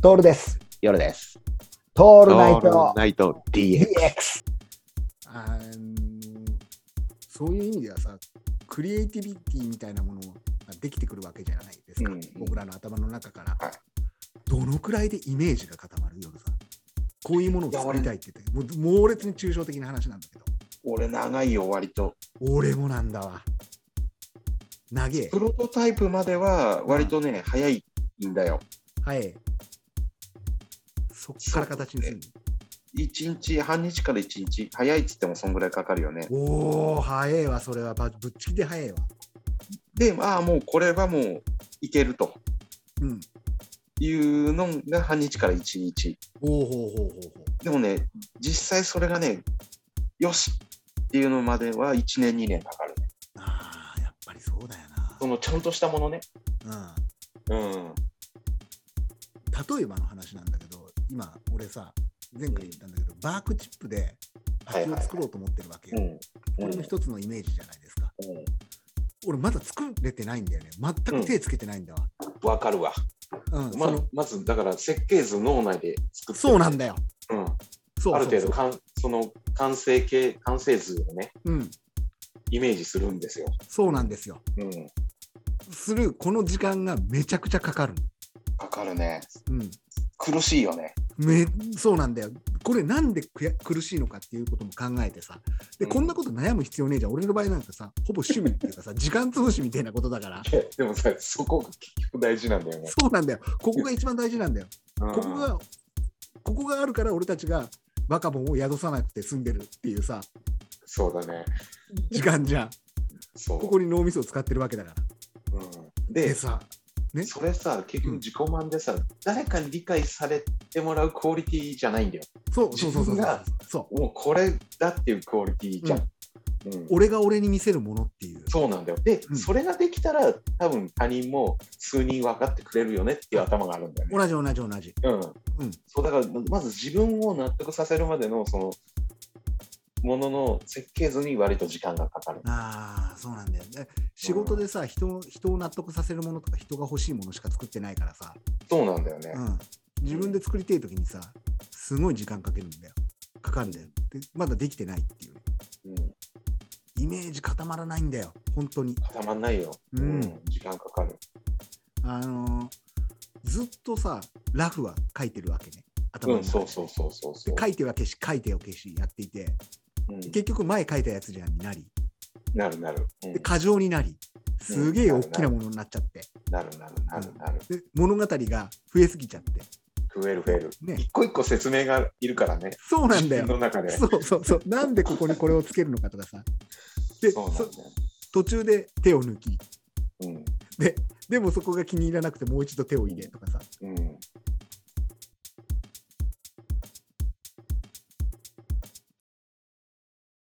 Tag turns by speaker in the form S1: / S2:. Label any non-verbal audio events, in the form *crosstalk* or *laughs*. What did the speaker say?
S1: トールです。
S2: 夜です。
S1: ト
S2: オ
S1: ールナイト
S2: ナイト DX。
S1: DX。
S3: あのそういう意味ではさクリエイティビティみたいなものができてくるわけじゃないですか、
S2: うん
S3: 僕らの頭の中から、
S2: はい
S3: どのくらいでイメージが固まるようなさこういうものを作りたいって言ってもう猛烈に抽象的な話なんだけど
S2: 俺長いよ、割と。
S3: 俺もなんだわ長え
S2: プロトタイプまでは割とね、早いんだよ。
S3: はいそっから形にするの
S2: 1日、半日から1日。早いっつってもそんぐらいかかるよね。
S3: おお早えわそれはばぶっちぎりで早えわ
S2: で、ああ、もうこれはもういけると
S3: うん
S2: いうのが半日から1日。
S3: おおほうほうほうほう
S2: でもね、実際それがね、よしっていうのまでは1年、2年かかる。
S3: あーやっぱりそうだよな
S2: そのちゃんとしたものね。
S3: うん
S2: うん。
S3: 例えばの話なんだけど今俺さ前回言ったんだけど、バークチップで
S2: はいはい
S3: 蜂を作ろうと思ってるわけよ、
S2: うん。
S3: これも一つのイメージじゃないですか俺まだ作れてないんだよね全く手つけてないんだわ、
S2: わ、かるわ。
S3: うん
S2: ま
S3: その
S2: まず、だから設計図脳内で作って
S3: そうなん
S2: だ。
S3: だよ
S2: うん。
S3: そう
S2: ある程度
S3: そう
S2: かんその完成形完成図をね
S3: そう,、うん、
S2: イメージするんですよ。
S3: そうなんですよ
S2: うん、
S3: するこの時間がめちゃくちゃかかる
S2: かかるね
S3: うん
S2: 苦しいよね。
S3: めそうなんだよこれなんでくや苦しいのかっていうことも考えてさで
S2: うん
S3: こんなこと悩む必要ねえじゃん俺の場合なんかさほぼ趣味っていうか
S2: *laughs*
S3: さ時間潰しみたいなことだから
S2: でもさそこが結局大事なんだよね。
S3: そうなんだよ。ここが一番大事なんだよ。ここ
S2: うん
S3: が、ここがあるから俺たちがバカボンを宿さなくて済んでるっていうさ、
S2: そうだね。
S3: 時間じゃん。
S2: そう。
S3: ここに脳みそを使ってるわけだから。
S2: うん、
S3: で
S2: で
S3: さ、ね、
S2: それさ結局自己満でさ、誰かに理解されてもらうクオリティじゃないんだよ。
S3: そうそうそうそ
S2: 自
S3: う
S2: 分が。
S3: そう。
S2: もうこれだっていうクオリティじゃん。うん
S3: 俺が俺に見せるものっていう。
S2: そうなんだよ。で、
S3: うん
S2: それができたら多分他人も数人分かってくれるよねっていう頭があるんだよね。
S3: 同じ同じ同じ。
S2: うん、
S3: うん
S2: そうだからまず自分を納得させるまでのそのものの設計図に割と時間がかかる。
S3: ああ、そうなんだよ。で仕事でさ、人を人を納得させるものとか人が欲しいものしか作ってないからさ、
S2: そうなんだよね。
S3: うん、自分で作りたい時にさ、すごい時間かけるんだよ。かかるんだよ。で、まだできてないっていう。
S2: うん
S3: イメージ固まらないんだよ本当に
S2: 固まんないよ、
S3: うん
S2: 時間かかる。
S3: あのーずっとさラフは書いてるわけね頭
S2: う
S3: の
S2: ん、
S3: 中で
S2: そうそうそうそうそう
S3: で。書いては消し書いては消しやっていて
S2: うん
S3: 結局前書いたやつじゃんになり
S2: なるなる、うん
S3: で過剰になりすげえ
S2: うん
S3: 大きなものになっちゃって
S2: なるなるなるなる。
S3: で物語が増えすぎちゃって
S2: 増える増える。
S3: ね
S2: 一個一個説明がいるからね。
S3: そうなんだ
S2: *laughs* 自
S3: よ
S2: 分の中で。
S3: そうそうそうなんでここにこれをつけるのかとかさで
S2: そうなんだよ
S3: そ。途中で手を抜き
S2: うん
S3: でもそこが気に入らなくてもう一度手を入れとかさ
S2: うん